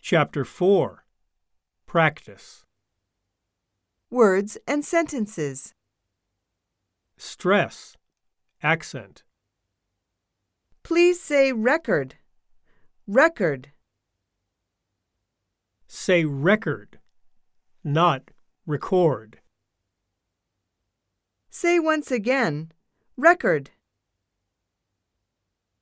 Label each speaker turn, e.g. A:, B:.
A: Chapter 4 Practice
B: Words and sentences.
A: Stress Accent
B: Please say record. Record.
A: Say record, not record.
B: Say once again. Record.